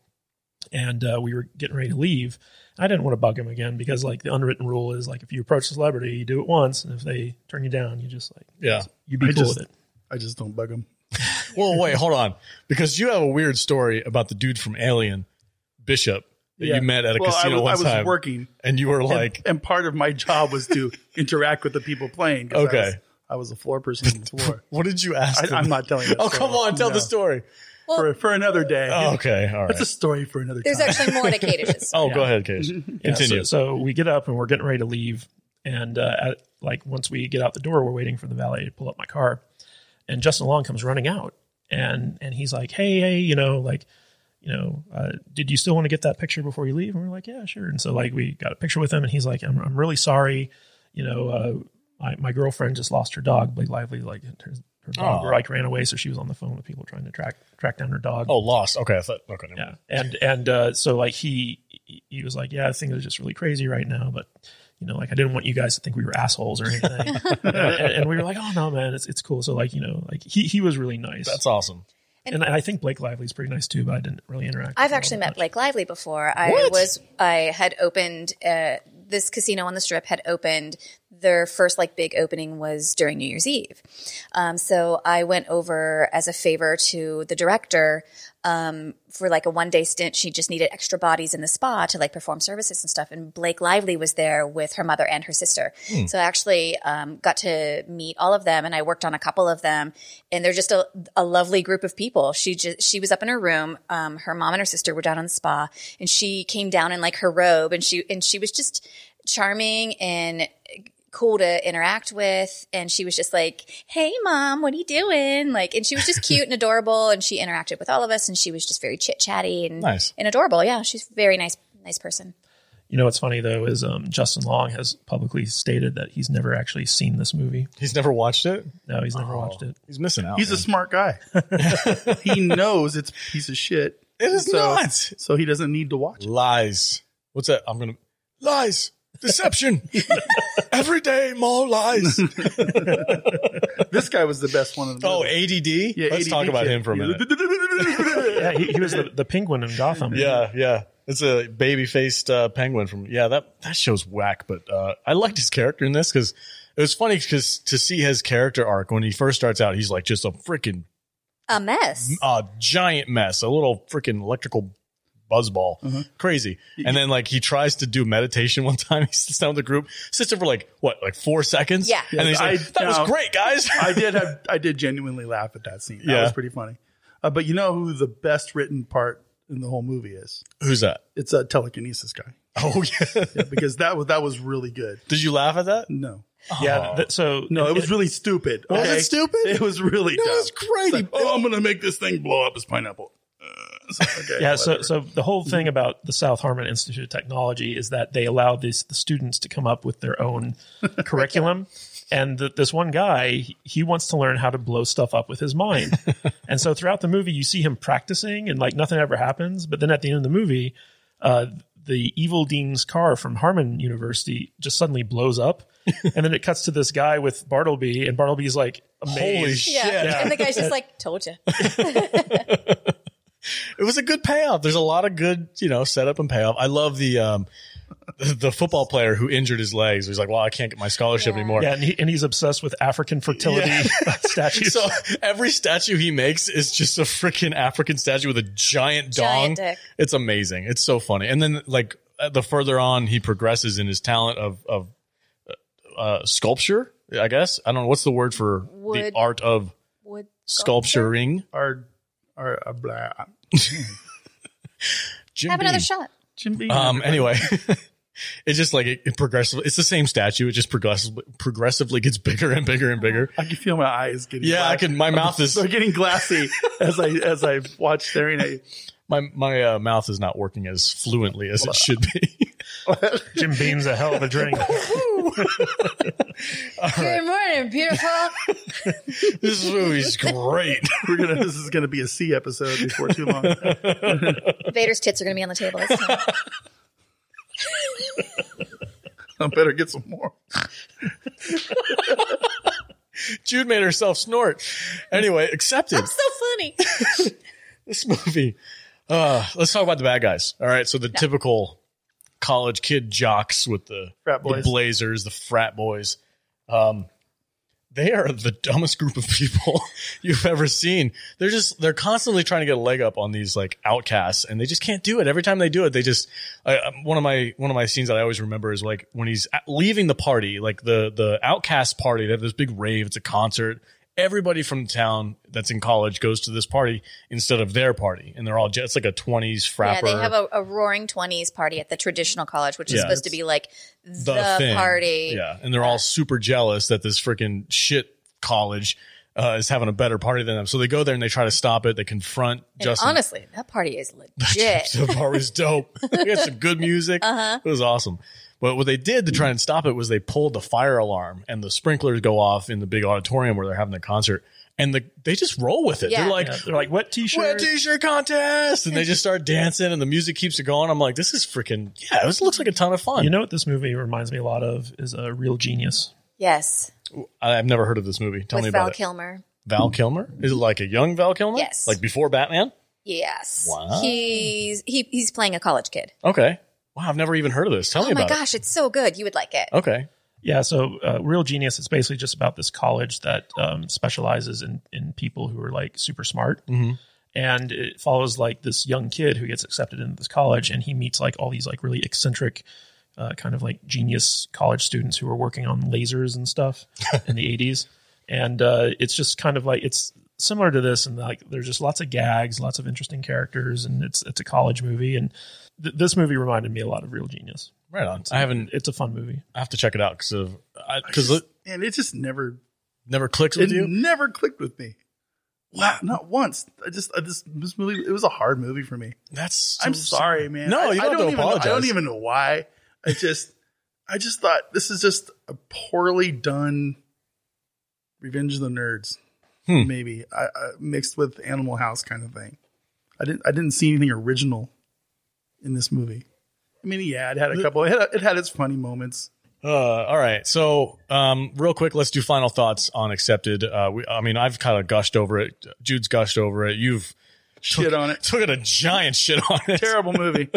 [SPEAKER 4] and uh, we were getting ready to leave. I didn't want to bug him again because like the unwritten rule is like if you approach a celebrity, you do it once, and if they turn you down, you just like
[SPEAKER 1] Yeah.
[SPEAKER 4] you be
[SPEAKER 3] I
[SPEAKER 4] cool
[SPEAKER 3] just-
[SPEAKER 4] with it.
[SPEAKER 3] I just don't bug him.
[SPEAKER 1] Well, wait, hold on, because you have a weird story about the dude from Alien, Bishop, that
[SPEAKER 4] Yeah.
[SPEAKER 1] you met at a
[SPEAKER 3] Well, I,
[SPEAKER 1] casino
[SPEAKER 3] was-
[SPEAKER 1] one
[SPEAKER 3] I was
[SPEAKER 1] time,
[SPEAKER 3] working,
[SPEAKER 1] and you were
[SPEAKER 3] and-
[SPEAKER 1] like,
[SPEAKER 3] and, part of my job was to interact with the people playing. 'cause
[SPEAKER 1] Okay.
[SPEAKER 3] I was, I was a floor person on the floor.
[SPEAKER 1] "What did you ask?"
[SPEAKER 3] I,
[SPEAKER 1] him?
[SPEAKER 3] I'm not telling. That
[SPEAKER 1] Oh, come
[SPEAKER 3] story.
[SPEAKER 1] on, tell
[SPEAKER 3] No.
[SPEAKER 1] the story.
[SPEAKER 3] for, for another day.
[SPEAKER 1] Oh, okay, all
[SPEAKER 3] That's
[SPEAKER 1] right.
[SPEAKER 3] a story for another
[SPEAKER 2] There's
[SPEAKER 3] time.
[SPEAKER 2] actually more to Katish's.
[SPEAKER 1] Oh, go ahead, Case.
[SPEAKER 4] Yeah, so-
[SPEAKER 1] Continue.
[SPEAKER 4] so, we get up and we're getting ready to leave. And uh, at, like once we get out the door, we're waiting for the valet to pull up my car. And Justin Long comes running out, and and he's like, "Hey, hey, you know, like, you know, uh, did you still want to get that picture before you leave?" And we're like, "Yeah, sure." And so like we got a picture with him, and he's like, "I'm I'm really sorry, you know, uh, my my girlfriend just lost her dog, Blake Lively, like her, her dog
[SPEAKER 1] Aw.
[SPEAKER 4] like ran away, so she was on the phone with people trying to track track down her dog."
[SPEAKER 1] Oh, lost. Okay, I thought. Okay, never mind.
[SPEAKER 4] yeah and and uh, so like he he was like yeah things are just really crazy right now but you know like i didn't want you guys to think we were assholes or anything and, and we were like oh no man it's, it's cool so like you know like he, he was really nice
[SPEAKER 1] that's awesome.
[SPEAKER 4] and i think blake lively's pretty nice too but i didn't really interact with
[SPEAKER 2] I've
[SPEAKER 4] her all
[SPEAKER 2] actually
[SPEAKER 4] that
[SPEAKER 2] met
[SPEAKER 4] much.
[SPEAKER 2] Blake Lively before. I
[SPEAKER 1] What?
[SPEAKER 2] was I had opened uh, this casino on the strip had opened their first like big opening was during New Year's Eve. Um, so I went over as a favor to the director um, for like a one day stint. She just needed extra bodies in the spa to like perform services and stuff. And Blake Lively was there with her mother and her sister. So I actually um, got to meet all of them, and I worked on a couple of them. And they're just a, a lovely group of people. She just she was up in her room. Um, her mom and her sister were down on the spa, and she came down in like her robe, and she and she was just charming and cool to interact with and she was just like hey mom what are you doing like and she was just cute and adorable and she interacted with all of us and she was just very chit chatty and
[SPEAKER 1] Nice.
[SPEAKER 2] and adorable yeah she's a very nice nice person
[SPEAKER 4] you know what's funny though is um, justin long has publicly stated that he's never actually seen this movie
[SPEAKER 1] He's never watched it.
[SPEAKER 4] no he's
[SPEAKER 3] Oh.
[SPEAKER 4] never watched it
[SPEAKER 1] He's missing out.
[SPEAKER 3] He's a
[SPEAKER 1] man.
[SPEAKER 3] smart guy. he knows it's a piece of shit.
[SPEAKER 1] It is
[SPEAKER 3] so,
[SPEAKER 1] not.
[SPEAKER 3] So he doesn't need to watch it.
[SPEAKER 1] lies. What's that? I'm gonna lies, deception. Every day more lies.
[SPEAKER 3] This guy was the best one of the
[SPEAKER 1] oh, ADD. Let's talk about him for a minute.
[SPEAKER 3] minute.
[SPEAKER 4] yeah he, he was the, the penguin in gotham
[SPEAKER 1] Yeah, yeah. It's a baby faced uh, penguin from yeah that that show's whack, but uh, I liked his character in this because it was funny because to see his character arc when he first starts out, he's like just a freaking
[SPEAKER 2] a mess
[SPEAKER 1] uh, giant mess, a little freaking electrical buzzball,
[SPEAKER 3] Mm-hmm.
[SPEAKER 1] crazy. And then like he tries to do meditation one time. He sits down with the group, sits there for like what, like four seconds.
[SPEAKER 2] Yeah.
[SPEAKER 1] and then he's like,
[SPEAKER 3] I-
[SPEAKER 1] "That
[SPEAKER 3] no.
[SPEAKER 1] was great, guys."
[SPEAKER 3] I did have I did genuinely laugh at that scene. That
[SPEAKER 1] Yeah.
[SPEAKER 3] was pretty funny. Uh, but you know who the best written part in the whole movie is?
[SPEAKER 1] Who's that?
[SPEAKER 3] It's a telekinesis guy.
[SPEAKER 1] Oh yeah.
[SPEAKER 3] Yeah, because that was that was really good.
[SPEAKER 1] Did you laugh at that?
[SPEAKER 3] No.
[SPEAKER 4] yeah th- so
[SPEAKER 3] Oh. No, it was really stupid.
[SPEAKER 1] Was it
[SPEAKER 3] okay?
[SPEAKER 1] stupid?
[SPEAKER 3] It was really dumb.
[SPEAKER 1] was great.
[SPEAKER 3] It's like, oh, I'm
[SPEAKER 5] I'm gonna make this thing blow up as pineapple. Uh, so, okay,
[SPEAKER 4] yeah so, so the whole
[SPEAKER 1] Mm-hmm.
[SPEAKER 4] thing about the south harmon institute of technology is that they allow these the students to come up with their own curriculum and th this one guy he- he wants to learn how to blow stuff up with his mind and so throughout the movie you see him practicing and like nothing ever happens but then at the end of the movie uh, the evil dean's car from harmon university just suddenly blows up and then it cuts to this guy with bartleby and bartleby's like amazed
[SPEAKER 1] Holy shit!
[SPEAKER 2] yeah. and the guy's just like told you
[SPEAKER 1] It was a good payoff. There's a lot of good, you know, setup and payoff. I love the um, the football player who injured his legs. He's like, "Well, I can't get my scholarship anymore."
[SPEAKER 4] yeah, and, he, and he's obsessed with African fertility statues.
[SPEAKER 1] So every statue he makes is just a freaking African statue with a giant dong.
[SPEAKER 2] Giant dick.
[SPEAKER 1] It's amazing. It's so funny. And then like uh, the further on he progresses in his talent of of uh, sculpture, I guess I don't know what's the word for
[SPEAKER 2] Wood.
[SPEAKER 1] the art of
[SPEAKER 2] would
[SPEAKER 1] sculpturing.
[SPEAKER 3] our our uh, blah.
[SPEAKER 1] Jim
[SPEAKER 2] have another
[SPEAKER 1] Beam.
[SPEAKER 2] shot
[SPEAKER 3] Jim Beam.
[SPEAKER 1] Um. Anyway, It's just like it, it progressively. It's the same statue. It just progressively progressively gets bigger and bigger and bigger.
[SPEAKER 2] Uh-huh.
[SPEAKER 3] I can feel my eyes getting.
[SPEAKER 1] Yeah, I
[SPEAKER 3] glassy.
[SPEAKER 1] can. My mouth is
[SPEAKER 3] They're getting glassy as I as I watch staring at you.
[SPEAKER 1] my my uh, mouth is not working as fluently as it should be.
[SPEAKER 4] Jim Beam's a hell of a drink.
[SPEAKER 2] Good morning, beautiful.
[SPEAKER 1] this movie's great.
[SPEAKER 3] We're gonna. This is gonna be a C episode before too long.
[SPEAKER 2] Vader's tits are going to be on the table. this time.
[SPEAKER 3] I better get some more.
[SPEAKER 1] Jude made herself snort. Anyway, accepted.
[SPEAKER 2] so funny.
[SPEAKER 1] this movie. Uh, let's talk about the bad guys. All right. So the typical college kid jocks with the,
[SPEAKER 3] Frat
[SPEAKER 1] the
[SPEAKER 3] boys.
[SPEAKER 1] blazers, the frat boys. Um, they are the dumbest group of people you've ever seen. They're just, they're constantly trying to get a leg up on these like outcasts and they just can't do it. Every time they do it, they just, I, um, one of my, one of my scenes that I always remember is like when he's at- leaving the party, like the, the outcast party, they have this big rave. It's a concert. Everybody from town that's in college goes to this party instead of their party. And they're all, j- it's like a 20s
[SPEAKER 2] Yeah,
[SPEAKER 1] frapper.
[SPEAKER 2] they have a, a roaring 20s party at the traditional college, which is
[SPEAKER 1] Yeah,
[SPEAKER 2] supposed to
[SPEAKER 1] it's
[SPEAKER 2] be like the,
[SPEAKER 1] thing.
[SPEAKER 2] party.
[SPEAKER 1] Yeah, and they're all super jealous that this freaking shit college uh, is having a better party than them. So they go there and they try to stop it. They confront
[SPEAKER 2] And
[SPEAKER 1] Justin.
[SPEAKER 2] honestly, that party is legit.
[SPEAKER 1] the bar was dope. We had some good music.
[SPEAKER 2] Uh-huh.
[SPEAKER 1] It was awesome. But what they did to try and stop it was they pulled the fire alarm and the sprinklers go off in the big auditorium where they're having the concert. And the, they just roll with it.
[SPEAKER 2] Yeah.
[SPEAKER 1] They're like,
[SPEAKER 4] Yeah, they're like wet
[SPEAKER 1] wet
[SPEAKER 4] t-shirt.
[SPEAKER 1] t-shirt contest, and they just start dancing, and the music keeps it going. I'm like, this is freaking yeah. This looks like a ton of fun.
[SPEAKER 4] You know what this movie reminds me a lot of is a Real Genius.
[SPEAKER 2] yes.
[SPEAKER 1] I- I've never heard of this movie. Tell me
[SPEAKER 2] with
[SPEAKER 1] about
[SPEAKER 2] Val
[SPEAKER 1] it.
[SPEAKER 2] Kilmer.
[SPEAKER 3] Hmm.
[SPEAKER 1] Val Kilmer? Is it like a young Val Kilmer?
[SPEAKER 2] Yes.
[SPEAKER 1] Like before Batman?
[SPEAKER 2] Yes.
[SPEAKER 1] Wow.
[SPEAKER 2] He's he, he's playing a college kid.
[SPEAKER 1] Okay. Wow, I've never even heard of this. Tell me
[SPEAKER 2] oh my
[SPEAKER 1] about
[SPEAKER 2] gosh, it's so good. You would like it.
[SPEAKER 1] it. Okay.
[SPEAKER 4] Yeah, so uh, Real Genius is basically just about this college that um, specializes in in people who are like super smart,
[SPEAKER 1] Mhm.
[SPEAKER 4] and it follows like this young kid who gets accepted into this college, and he meets like all these like really eccentric. Uh, kind of like genius college students who were working on lasers and stuff in the 80s and uh, it's just kind of like it's similar to this and like there's just lots of gags lots of interesting characters and it's it's a college movie and th- this movie reminded me a lot of real genius
[SPEAKER 1] Right on. I haven't
[SPEAKER 4] it's a fun movie
[SPEAKER 1] I have to check it out cuz of cuz it
[SPEAKER 3] And it just never
[SPEAKER 1] never clicks
[SPEAKER 3] it
[SPEAKER 1] with you.
[SPEAKER 3] never clicked with me. Wow, not once. I just I just this movie it was a hard movie for me.
[SPEAKER 1] That's so
[SPEAKER 3] I'm sorry, man.
[SPEAKER 1] No,
[SPEAKER 3] I-
[SPEAKER 1] you
[SPEAKER 3] I
[SPEAKER 1] don't have to
[SPEAKER 3] even know- I don't
[SPEAKER 1] apologize.
[SPEAKER 3] even know why. I just I just thought this is just a poorly done Revenge of the Nerds.
[SPEAKER 1] Hmm.
[SPEAKER 3] Maybe I, I, mixed with Animal House kind of thing. I didn't I didn't see anything original in this movie. I mean, yeah, it had a couple. It had, it had its funny moments.
[SPEAKER 1] Uh, all right. So, um, real quick, let's do final thoughts on accepted. Uh, we, I mean, I've kind of gushed over it. Jude's gushed over it. You've
[SPEAKER 3] Shit on it.
[SPEAKER 1] took it a giant shit on it.
[SPEAKER 3] Terrible movie.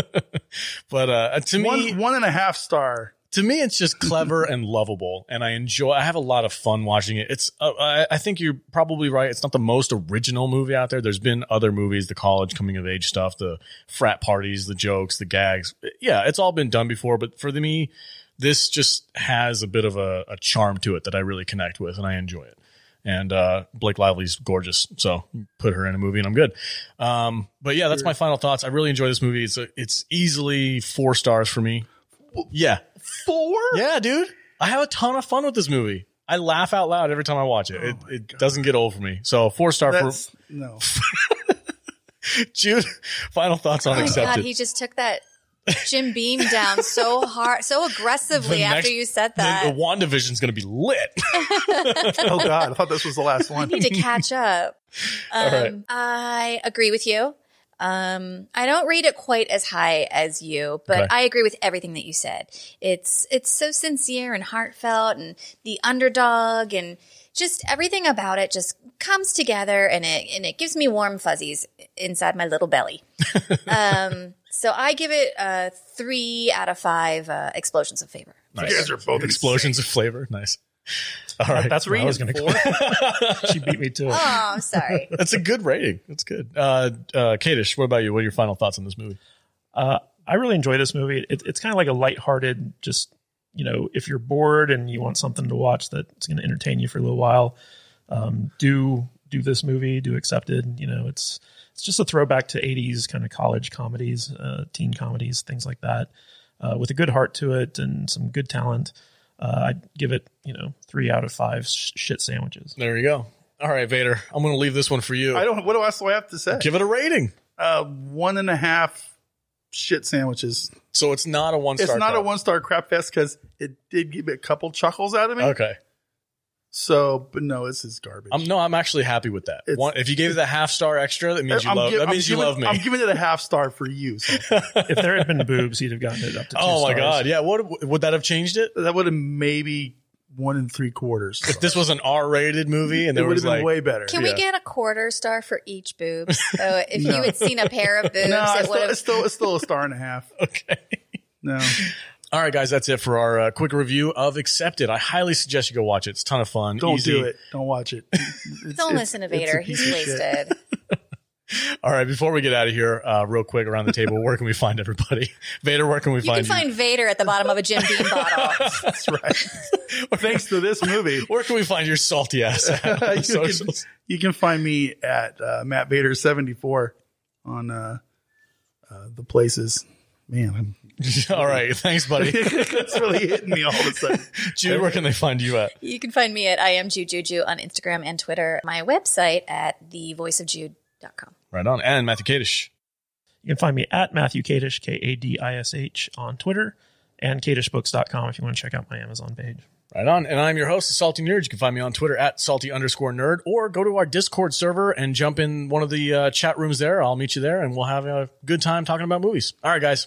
[SPEAKER 1] But uh, to me,
[SPEAKER 3] one one and a half star.
[SPEAKER 1] to me it's just clever and lovable and i enjoy i have a lot of fun watching it it's uh, I, I think you're probably right it's not the most original movie out there there's been other movies the college coming of age stuff the frat parties the jokes the gags yeah it's all been done before but for me this just has a bit of a, a charm to it that i really connect with and i enjoy it and uh, Blake Lively's gorgeous, so put her in a movie and I'm good. Um, but yeah, that's my final thoughts. I really enjoy this movie. It's a, it's easily four stars for me. Yeah,
[SPEAKER 3] Four.
[SPEAKER 1] yeah, dude. I have a ton of fun with this movie. I laugh out loud every time I watch it. It, it doesn't get old for me. So four star
[SPEAKER 3] Oh That's no.
[SPEAKER 1] for Jude. Final thoughts on
[SPEAKER 2] Oh my god,
[SPEAKER 1] accepted.
[SPEAKER 2] he just took that Jim Beam down so hard, so aggressively
[SPEAKER 1] The
[SPEAKER 2] after
[SPEAKER 1] next-
[SPEAKER 2] you said that.
[SPEAKER 1] the, the WandaVision's going to be lit.
[SPEAKER 3] Oh God, I thought this was the last one.
[SPEAKER 2] need to catch up. Um,
[SPEAKER 1] right.
[SPEAKER 2] I agree with you. Um, I don't rate it quite as high as you, but
[SPEAKER 1] Okay.
[SPEAKER 2] I agree with everything that you said. It's it's so sincere and heartfelt, and the underdog, and just everything about it just comes together, and it and it gives me warm fuzzies inside my little belly. um, so I give it uh, three out of five uh, explosions of favor.
[SPEAKER 1] nice.
[SPEAKER 5] You guys are both
[SPEAKER 1] explosions of flavor. Nice. All right,
[SPEAKER 4] That's where
[SPEAKER 1] I
[SPEAKER 4] I
[SPEAKER 1] was gonna
[SPEAKER 4] call. she beat me to it.
[SPEAKER 2] Oh, I'm sorry.
[SPEAKER 1] That's a good rating. That's good. Uh, uh, Kadish, what about you? What are your final thoughts on this movie?
[SPEAKER 4] Uh, I really enjoy this movie. It, it's kind of like a lighthearted, just you know, if you're bored and you want something to watch that's going to entertain you for a little while, um, do do this movie. Do accepted. You know, it's it's just a throwback to '80s kind of college comedies, uh, teen comedies, things like that. uh, with a good heart to it and some good talent. Uh, I'd give it, you know, three out of five sh- shit sandwiches.
[SPEAKER 1] There you go. All right, Vader. I'm going to leave this one for you.
[SPEAKER 3] I don't. What else do I have to say?
[SPEAKER 1] Give it a rating.
[SPEAKER 3] Uh, one and a half shit sandwiches.
[SPEAKER 1] So it's not a one star.
[SPEAKER 3] it's not a one star crap fest because it did give me a couple chuckles out of me.
[SPEAKER 1] Okay.
[SPEAKER 3] So, but no, this is garbage.
[SPEAKER 1] I'm no. I'm actually happy with that.
[SPEAKER 3] It's-
[SPEAKER 1] One, if you gave it a half star extra, that means you
[SPEAKER 3] I'm
[SPEAKER 1] love.
[SPEAKER 3] gi-
[SPEAKER 1] that
[SPEAKER 3] I'm
[SPEAKER 1] means you
[SPEAKER 3] giving-
[SPEAKER 1] love me.
[SPEAKER 3] I'm giving it a half star for you. So
[SPEAKER 4] If there had been boobs, he'd have gotten it up to. two
[SPEAKER 1] oh my
[SPEAKER 4] stars.
[SPEAKER 1] god. Yeah. What would that have changed it?
[SPEAKER 3] that would have maybe one and three quarters.
[SPEAKER 1] If this was an R rated movie and
[SPEAKER 3] it
[SPEAKER 1] there
[SPEAKER 3] would
[SPEAKER 1] was
[SPEAKER 3] have been
[SPEAKER 1] like
[SPEAKER 3] way better.
[SPEAKER 2] Can we
[SPEAKER 1] Yeah.
[SPEAKER 2] get a quarter star for each boob? So if you had seen a pair of boobs,
[SPEAKER 3] no,
[SPEAKER 2] it would
[SPEAKER 3] it's still,
[SPEAKER 2] have.
[SPEAKER 3] it's still it's still a star and a half.
[SPEAKER 1] okay.
[SPEAKER 3] No,
[SPEAKER 1] All right, guys, that's it for our uh, quick review of Accepted. I highly suggest you go watch it. It's a ton of fun.
[SPEAKER 3] don't
[SPEAKER 1] Easy.
[SPEAKER 3] do it. Don't watch it. It's-
[SPEAKER 2] Don't
[SPEAKER 3] it's-
[SPEAKER 2] listen to
[SPEAKER 3] it's a
[SPEAKER 2] Vader.
[SPEAKER 3] piece
[SPEAKER 2] He's
[SPEAKER 3] of shit.
[SPEAKER 2] wasted.
[SPEAKER 1] All right, before we get out of here, uh, real quick around the table, where can we find everybody? Vader, where can we
[SPEAKER 2] You can
[SPEAKER 1] find you?
[SPEAKER 2] find Vader at the bottom of a Jim Beam bottle.
[SPEAKER 3] That's right. Thanks to this movie.
[SPEAKER 1] where can we find your salty ass?
[SPEAKER 3] Uh,
[SPEAKER 1] at?
[SPEAKER 3] you, can,
[SPEAKER 1] Socials.
[SPEAKER 3] you can find me at uh, Matt Vader seventy four on uh, uh, the places. Man, I'm,
[SPEAKER 1] All right, thanks, buddy.
[SPEAKER 3] it's really hitting me all of a sudden.
[SPEAKER 1] Jude, where can they find you at?
[SPEAKER 2] You can find me at I am Jude Juju on Instagram and Twitter. My website at thevoiceofjude.com.
[SPEAKER 1] Right on. And Matthew Kadish.
[SPEAKER 4] You can find me at Matthew Kadish, K A D I S H, on Twitter and kadishbooks.com if you want to check out my Amazon page.
[SPEAKER 1] Right on. And I'm your host, the Salty Nerd. You can find me on Twitter at salty underscore nerd or go to our Discord server and jump in one of the uh, chat rooms there. I'll meet you there and we'll have a good time talking about movies. All right, guys.